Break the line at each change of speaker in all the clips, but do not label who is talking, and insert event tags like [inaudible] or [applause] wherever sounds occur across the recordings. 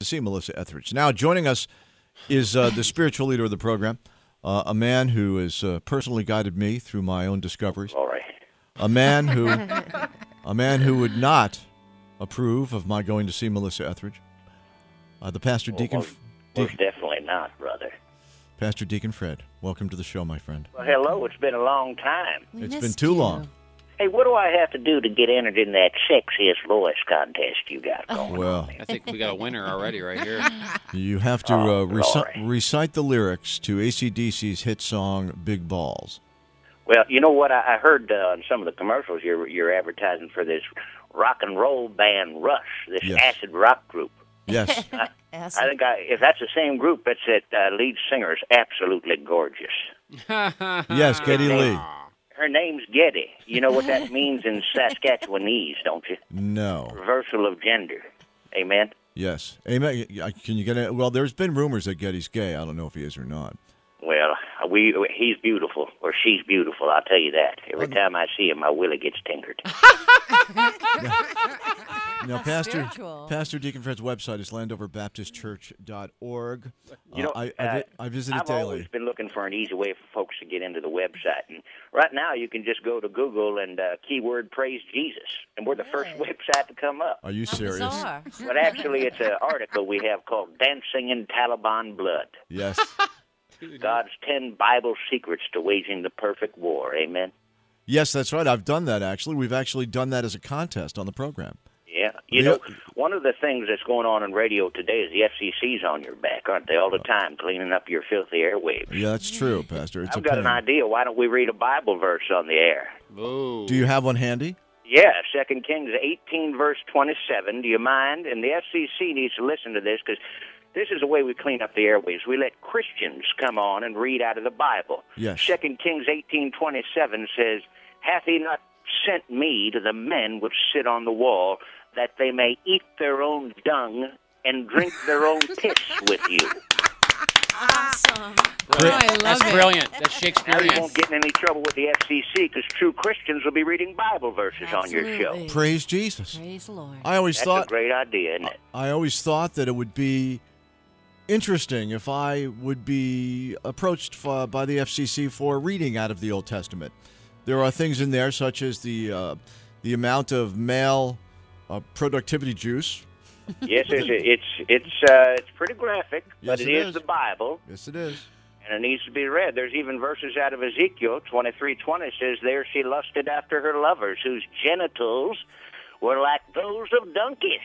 to see Melissa Etheridge. Now joining us is uh, the spiritual leader of the program, uh, a man who has uh, personally guided me through my own discoveries,
All right.
a man who, a man who would not approve of my going to see Melissa Etheridge. Uh, the pastor deacon,
most, most definitely not, brother.
pastor deacon Fred, welcome to the show, my friend.
Well, hello. It's been a long time.
We
It's been
missed
too
you.
long.
Hey, what do I have to do to get entered in that sexiest voice contest you got going?
Well,
I think we got a winner already right
[laughs]
here.
you have to uh,
Oh,
reci-
glory.
recite the lyrics to ACDC's hit song "Big Balls."
[laughs] Well, you know what? I, I heard uh, on some of the commercials you're you're advertising for this rock and roll band Rush, this
Yes.
acid rock group. [laughs]
Yes,
Acid.
I think I, if that's the same group, that's it. Uh, lead singer is absolutely gorgeous.
yes, Katie Lee.
Her name's Getty. You know what that means in Saskatchewanese, don't you?
No.
Reversal of gender. Amen.
Yes. Amen. I- Can you get it? Well, there's been rumors that Getty's gay. I don't know if he is or
[laughs]
not.
Well, we he's beautiful or she's beautiful. I'll tell you that. Every time I see him, my willie gets tinkered.
Now, Pastor
spiritual.
Pastor Deacon Fred's website is landoverbaptistchurch.org.
You know,
uh, I, I,
uh,
vi- I visit it
I've
daily.
always been looking for an easy way for folks to get into the website, and right now you can just go to Google and uh, keyword "Praise Jesus," and we're the first website to come up.
Are you serious?
Bizarre. [laughs]
But actually, it's an article we have called "Dancing in Taliban Blood:
[laughs]
Yes.
God's Ten Bible Secrets to Waging the Perfect War." Amen.
yes, that's right. I've done that, actually. We've actually done that as a contest on the program.
Yeah, you
The-
know, one of the things that's going on in radio today is the FCC's on your back, aren't they? All the time cleaning up your filthy airwaves.
Yeah, that's true, Pastor. It's
I've
a
got
pain.
an idea. Why don't we read a Bible verse on the air?
Boo.
Do you have one handy?
Yeah, Second Kings 18, verse 27. Do you mind? And the FCC needs to listen to this because this is the way we clean up the airwaves. We let Christians come on and read out of the Bible.
Yes.
Second Kings 18, 27 says, Hath he not sent me to the men which sit on the wall that they may eat their own dung and drink
[laughs]
their own piss with you?
Awesome.
Brilliant.
Oh, I love
That's
it.
brilliant. That's
Now you
Shakespearean.
won't get in any trouble with the FCC because true Christians will be reading Bible verses on your show.
Absolutely.
Praise Jesus.
Praise the Lord.
I always
That's
thought.
a great idea, isn't it?
I always thought that it would be interesting if I would be approached f- uh, by the FCC for reading out of the Old Testament. There are things in there such as the uh, the amount of male uh, productivity juice.
yes,
[laughs]
it's it's it's, uh, it's pretty graphic,
Yes,
but
it
it is,
is.
the Bible,
Yes, it is.
and it needs to be read. There's even verses out of Ezekiel twenty three twenty says, "There she lusted after her lovers, whose genitals were like those of donkeys,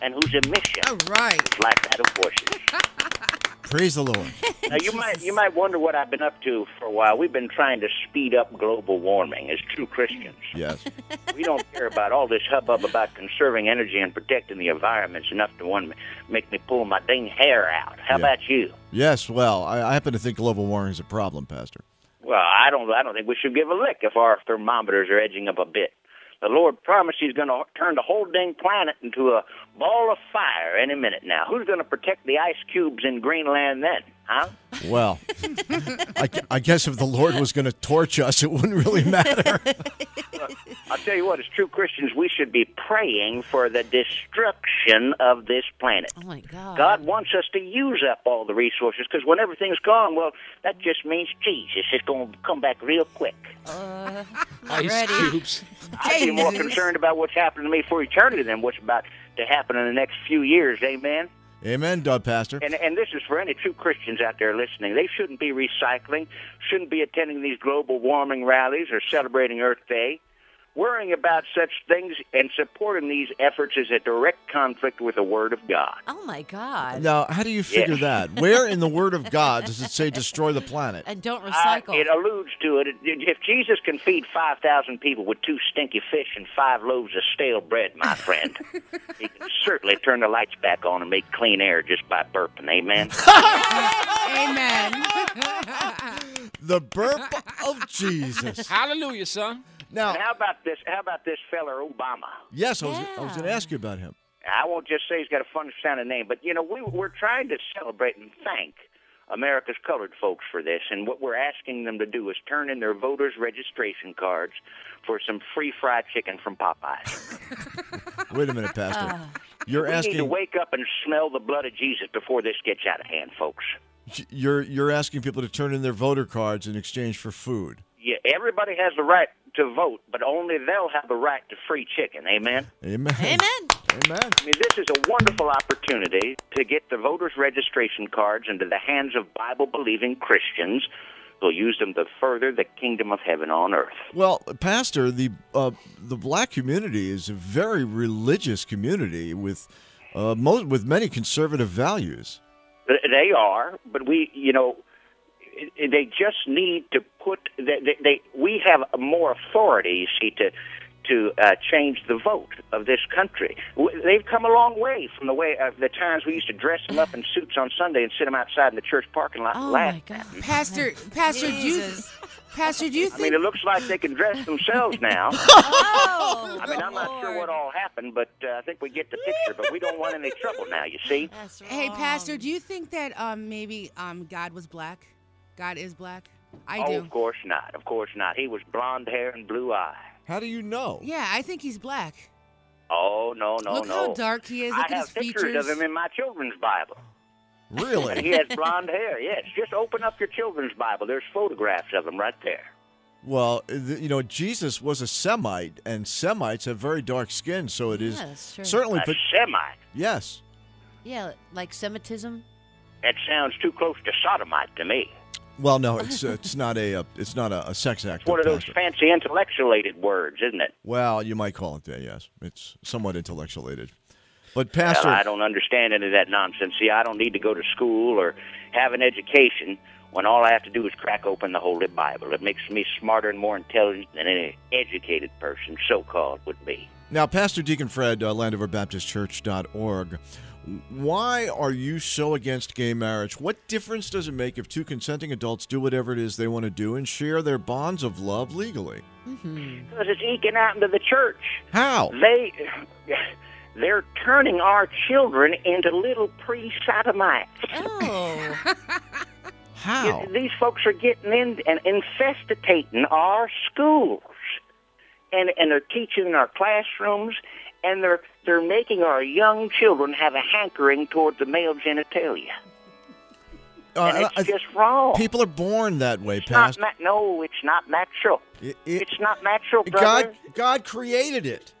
and whose emission
Oh.
All right.
was like that of horses."
[laughs] Praise the Lord.
Now you might you might wonder what I've been up to for a while. We've been trying to speed up global warming as true Christians.
Yes.
we don't care about all this hubbub about conserving energy and protecting the environment. It's enough to one make me pull my dang hair out. How
Yeah.
about you?
Yes. Well, I, I happen to think global warming is a problem, Pastor.
Well, I don't. I don't think we should give a lick if our thermometers are edging up a bit. The Lord promised He's going to turn the whole dang planet into a ball of fire any minute now. Who's going to protect the ice cubes in Greenland then? Huh?
Well, I, gu- I guess if the Lord was going to torch us, it wouldn't really matter.
I'll tell you what, as true Christians, we should be praying for the destruction of this planet.
Oh my God.
God wants us to use up all the resources because when everything's gone, well, that just means Jesus is going to come back real quick.
Ice
Ready. [laughs]
cubes.
I'd be more concerned about what's happening to me for eternity than what's about to happen in the next few years. Amen.
Amen, Dub Pastor.
And and this is for any true Christians out there listening. They shouldn't be recycling, shouldn't be attending these global warming rallies or celebrating Earth Day. Worrying about such things and supporting these efforts is a direct conflict with the Word of God.
Oh my God.
Now, how do you figure that? Where in the Word of God does it say destroy the planet?
And don't
Uh,
recycle.
it alludes to it. It- If Jesus can feed 5,000 people with two stinky fish and five loaves of stale bread, my friend, he can certainly turn the lights back on and make clean air just by burping. Amen.
The burp of Jesus.
Hallelujah, son.
Now,
And how about this? How about this fella Obama?
yes, I was, I was going to
Yeah.
ask you about him.
I won't just say he's got a fun sounding name, but you know, we, we're trying to celebrate and thank America's colored folks for this. And what we're asking them to do is turn in their voters' registration cards for some free fried chicken from Popeyes.
Wait a minute, Pastor. You're
we need to
asking
wake up and smell the blood of Jesus before this gets out of hand, folks.
you're you're asking people to turn in their voter cards in exchange for food.
Yeah, everybody has the right to vote, but only they'll have the right to free chicken. Amen.
Amen.
Amen.
Amen.
I mean, this is a wonderful opportunity to get the voters' registration cards into the hands of Bible-believing Christians who'll use them to further the kingdom of heaven on earth.
Well, Pastor, the uh, the black community is a very religious community with uh, most with many conservative values.
They are, but we, you know, they just need to put. They, they, they we have more authority, you see, to to uh, change the vote of this country. W- They've come a long way from the way of the times we used to dress them up in suits on Sunday and sit them outside in the church parking lot. and
Oh
laugh.
my God.
Pastor, Pastor, do you,
Jesus. [laughs]
Pastor, do you
I mean,
think?
it looks like they can dress themselves
[laughs]
now.
Oh,
I mean, I'm not sure what all happened, but uh, I think we get the picture. But we don't want any trouble now. You see?
That's
Hey,
wrong.
Pastor, do you think that um, maybe um, God was black? God is black. I
oh,
do.
of course not. Of course not. He was blonde hair and blue eye.
How do you know?
Yeah, I think he's black.
Oh no, no,
Look
no.
how dark he is. Look
I
at
have
his
pictures
features.
of him in my children's Bible. And he [laughs]
Really?
[laughs]
has blonde hair. Yes, just open up your children's Bible. There's photographs of him right there.
well, th- you know, Jesus was a Semite, and Semites have very dark skin, so it is
Yeah, that's true.
certainly.
A
But
Semite.
yes,
Yeah, like Semitism.
That sounds too close to sodomite to me.
well, no, it's it's not a, uh it's not a, a sex act.
It's one of those
Pastor.
fancy intellectualated words, isn't it?
well, you might call it that. Yes, it's somewhat intellectualated. But
Well,
Pastor,
I don't understand any of that nonsense. See, I don't need to go to school or have an education when all I have to do is crack open the Holy Bible. It makes me smarter and more intelligent than any educated person, so called, would be.
Now, Pastor Deacon Fred, uh, landoverbaptistchurch.org, why are you so against gay marriage? What difference does it make if two consenting adults do whatever it is they want to do and share their bonds of love legally?
Because it's eking out into the church.
How?
they they're turning our children into little pre-sodomites.
Oh.
[laughs] How?
These folks are getting in and infestating our schools, and and they're teaching in our classrooms, and they're they're making our young children have a hankering toward the male genitalia,
Uh,
and it's
I- I-
just wrong.
people are born that way,
it's not
Pastor.
na- no, it's not natural.
It- it-
it's not natural, brother.
God, God created it.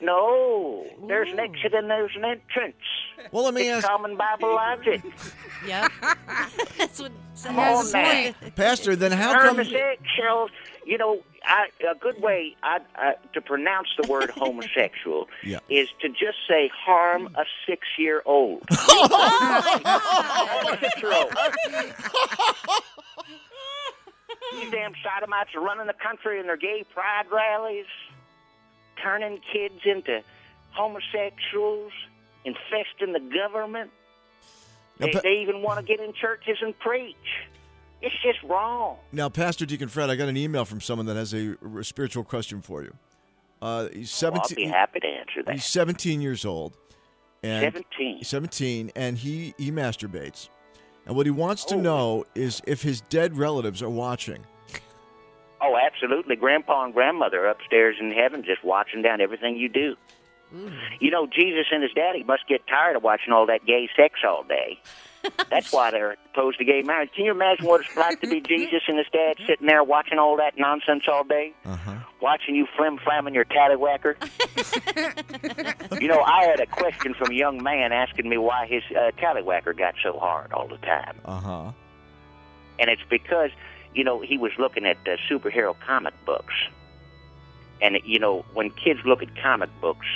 No, there's an exit and there's an entrance.
Well, let me
it's
ask,
common Bible logic.
[laughs] yep. That's what.
on
Semitism- oh,
now.
Pastor, then how come?
homosexual. You know, I, a good way I, I, to pronounce the
[laughs]
word homosexual
Yeah.
is to just say harm a
[laughs]
six-year-old.
Oh
Harm a six-year-old. These damn sodomites are running the country in their gay pride rallies, turning kids into homosexuals, infesting the government.
Now,
They,
Pa-
they even want to get in churches and preach. It's just wrong.
Now, Pastor Deacon Fred, I got an email from someone that has a r- spiritual question for you. Uh, he's
Well, Oh, I'll
17,
be happy to answer
He's
that.
17 years old. And
17.
17, and he, he masturbates. And what he wants to
Oh.
know is if his dead relatives are watching.
Oh, absolutely. Grandpa and grandmother are upstairs in heaven just watching down everything you do. You know, Jesus and his daddy must get tired of watching all that gay sex all day. That's why they're opposed to gay marriage. Can you imagine what it's like to be Jesus and his dad sitting there watching all that nonsense all day?
Uh-huh.
Watching you flim flamming your tallywhacker? you know, I had a question from a young man asking me why his uh, tallywhacker got so hard all the time.
Uh-huh.
and it's because you know he was looking at uh, superhero comic books and you know when kids look at comic books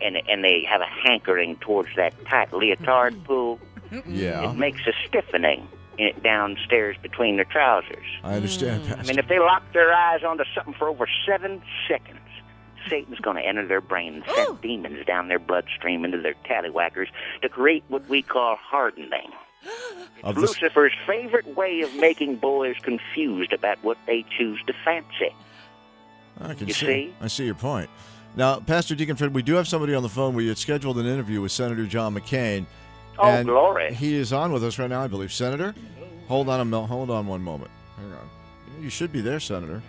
and and they have a hankering towards that tight leotard pull
Yeah.
it makes a stiffening in, downstairs between their trousers
I understand,
i
Pastor.
mean if they lock their eyes onto something for over seven seconds Satan's going to enter their brain and send demons down their bloodstream into their tallywhackers to create what we call hardening.
Of the-
Lucifer's favorite way of making boys confused about what they choose to fancy.
I can
you
see.
see?
I see your point. Now, Pastor Deacon Fred, we do have somebody on the phone. We had scheduled an interview with Senator John McCain.
Oh,
and
glory.
He is on with us right now, I believe. Senator, hold on a mil- hold on one moment. Hang on. You should be there, Senator.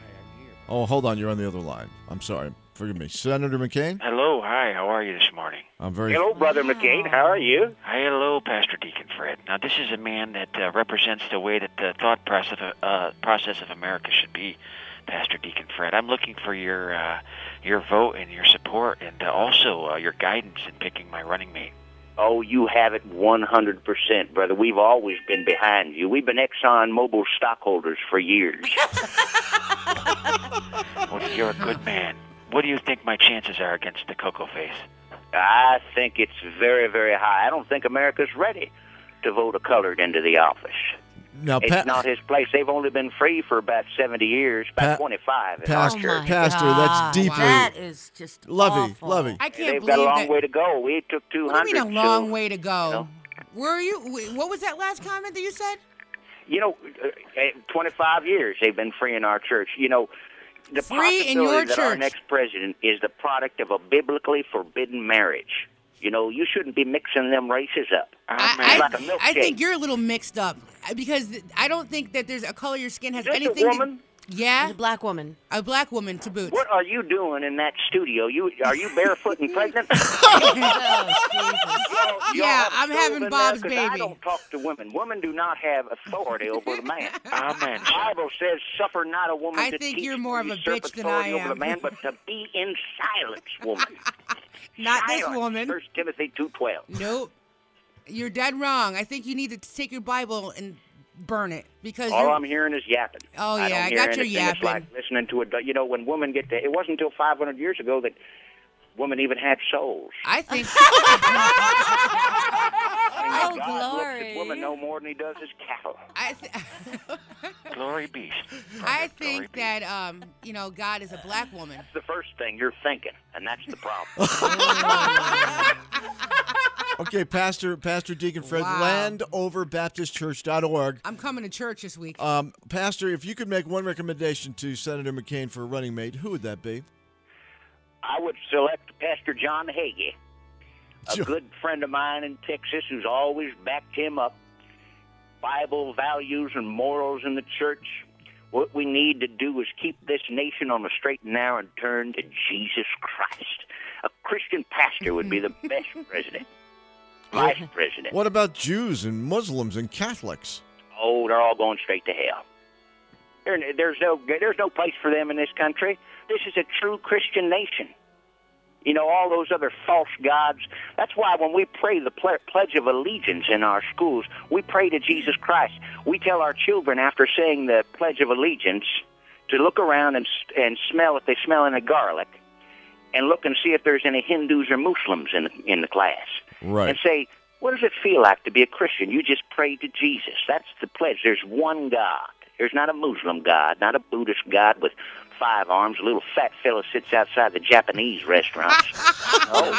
Oh, hold on. You're on the other line. I'm sorry. Forgive me. Senator McCain?
Hello, hi. Hi, how are you this morning?
I'm very.
Hello, Brother McCain. How are you?
Hello, Pastor Deacon Fred. Now, this is a man that uh, represents the way that the thought process of, uh, process of America should be, Pastor Deacon Fred. I'm looking for your uh, your vote and your support, and uh, also uh, your guidance in picking my running mate.
Oh, you have it 100%, brother. We've always been behind you. We've been Exxon Mobil stockholders for years.
Well, you're a good man. What do you think my chances are against the Cocoa Face?
I think it's very, very high. I don't think America's ready to vote a colored into the office.
Now,
It's
Pat,
not his place. They've only been free for about 70 years,
Pa-
about 25. in
Pas-
our
oh
church.
my
Pastor,
God.
that's deeply-
That is just
Lovey,
awful.
Lovey.
I can't
They've
believe
got a long
that.
way to go. We took 200.
what do you mean a long
so-
way to go?
know?
Were you? wh- What was that last comment that you said?
You know, uh, uh, 25 years they've been free in our church. You know, the
Free in
possibility
your
that our
church.
next president is the product of a biblically forbidden marriage. You know, you shouldn't be mixing them races up.
I,
Like a
I,
milkshake.
I think you're a little mixed up I- because th- I don't think that there's a color your skin has
Is this a
anything.
woman?
To,
She's
yeah,
a black woman.
a black woman to boot.
What are you doing in that studio? You are you barefoot and
[laughs]
pregnant?
[laughs] Oh, Jesus.
Y'all- Oh, y'all
Yeah,
have
I'm
schools
having
in there,
Bob's
'cause I
baby.
don't talk to women. Women do not have authority over the
[laughs]
man.
Amen.
The Bible says, "Suffer not a woman
I
to
think
teach
you're more of
you
a
usurp
bitch than I
authority over the
am.
man, but to be in silence, woman."
[laughs] Not this
Silence.
woman.
First Timothy two twelve.
Nope. You're dead wrong. I think you need to take your Bible and burn it because
All
you're,
I'm hearing is yapping.
Oh,
I
yeah,
don't hear
I got your
anything. It's like
yapping.
listening to a. You know, when women get to, it wasn't until 500 years ago that women even had souls.
I think.
Oh,
God looks at women
glory.
no more than he does his cattle.
I, th- [laughs]
Glory be.
I
Prophet, glory
think
be.
that um, you know God is a black woman.
That's the first thing you're thinking, and that's the problem.
[laughs]
[laughs]
okay, Pastor, Pastor Deacon Fred,
Wow.
landoverbaptistchurch.org.
I'm coming to church this week.
Um, Pastor, if you could make one recommendation to Senator McCain for a running mate, who would that be?
I would select Pastor John Hagee, a
Sure.
good friend of mine in Texas who's always backed him up. Bible values and morals in the church. What we need to do is keep this nation on the straight and narrow and turn to Jesus Christ. A Christian pastor would be the best president, vice president.
What about Jews and Muslims and Catholics?
Oh, they're all going straight to hell. There- There's no, there's no place for them in this country. This is a true Christian nation. You know, all those other false gods. That's why when we pray the ple- Pledge of Allegiance in our schools, we pray to Jesus Christ. We tell our children after saying the Pledge of Allegiance to look around and, s- and smell if they smell any garlic and look and see if there's any Hindus or Muslims in the, in the class.
Right.
And say, what does it feel like to be a Christian? You just pray to Jesus. That's the pledge. There's one God. There's not a Muslim God, not a Buddhist God with five arms. A little fat fella sits outside the Japanese restaurants. no.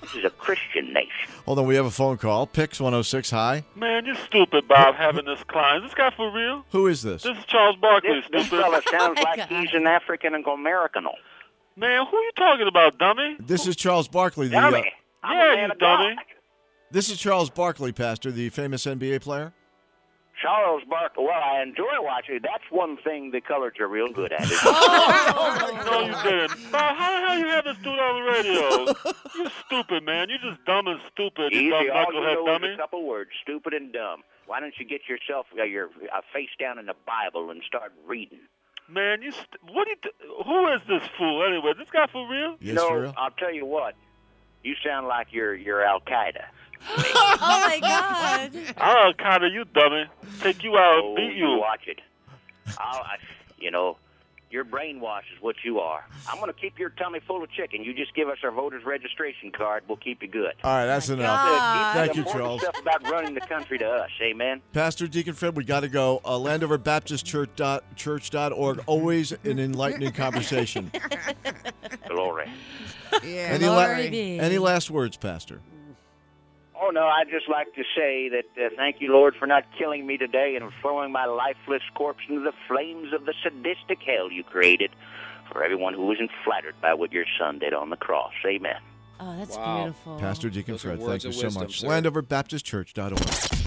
This is a Christian nation.
Hold on, we have a phone call. Pix 106, hi.
Man, you're stupid, Bob, having this client. This guy for real?
Who is this?
This is Charles Barkley,
This, this
stupid.
fella sounds
Oh my
like
God.
he's an African American.
Man, who you talking about, dummy?
This is Charles Barkley. The, uh,
Dummy. I'm a
Yeah,
man
you
of God.
dummy.
this is Charles Barkley, Pastor, the famous NBA player.
Charles Barkley. Well, I enjoy watching. That's one thing the coloreds are real good at. is- Oh,
No, you didn't. Bob, how the hell you have this dude on the
[laughs]
radio? you stupid, man. You just dumb and stupid,
Easy.
you dumb
All you
knucklehead
know is
dummy.
a couple words, stupid and dumb. Why don't you get yourself uh, your uh, face down in the Bible and start reading?
Man, you st- what do you th- who is this fool anyway? This guy for real?
Yes,
no,
for real?
I'll tell you what. You sound like you're you're Al Qaeda.
oh my God.
I'll kind of you dummy. Take you out,
Oh,
beat
you
you.
watch it. I'll, I, you know, your brainwash is what you are. I'm going to keep your tummy full of chicken. You just give us our voter's registration card. We'll keep you good.
All right, that's enough.
God.
Uh,
Thank
the
you,
important
Charles.
Stuff about running the country to us, amen.
Pastor Deacon Fred, we got to go. Uh,
[laughs]
landoverbaptistchurch.org. Always an enlightening conversation.
Glory.
Yeah.
Any, la-
Glory be.
any last words, Pastor?
Oh no, I'd just like to say that uh, thank you, Lord, for not killing me today and throwing my lifeless corpse into the flames of the sadistic hell you created for everyone who isn't flattered by what your son did on the cross. Amen.
Oh, that's
Wow.
beautiful.
Pastor Deacon
Those are
Fred, thank
words
you
of
so
wisdom,
much.
sir.
Landoverbaptistchurch.org.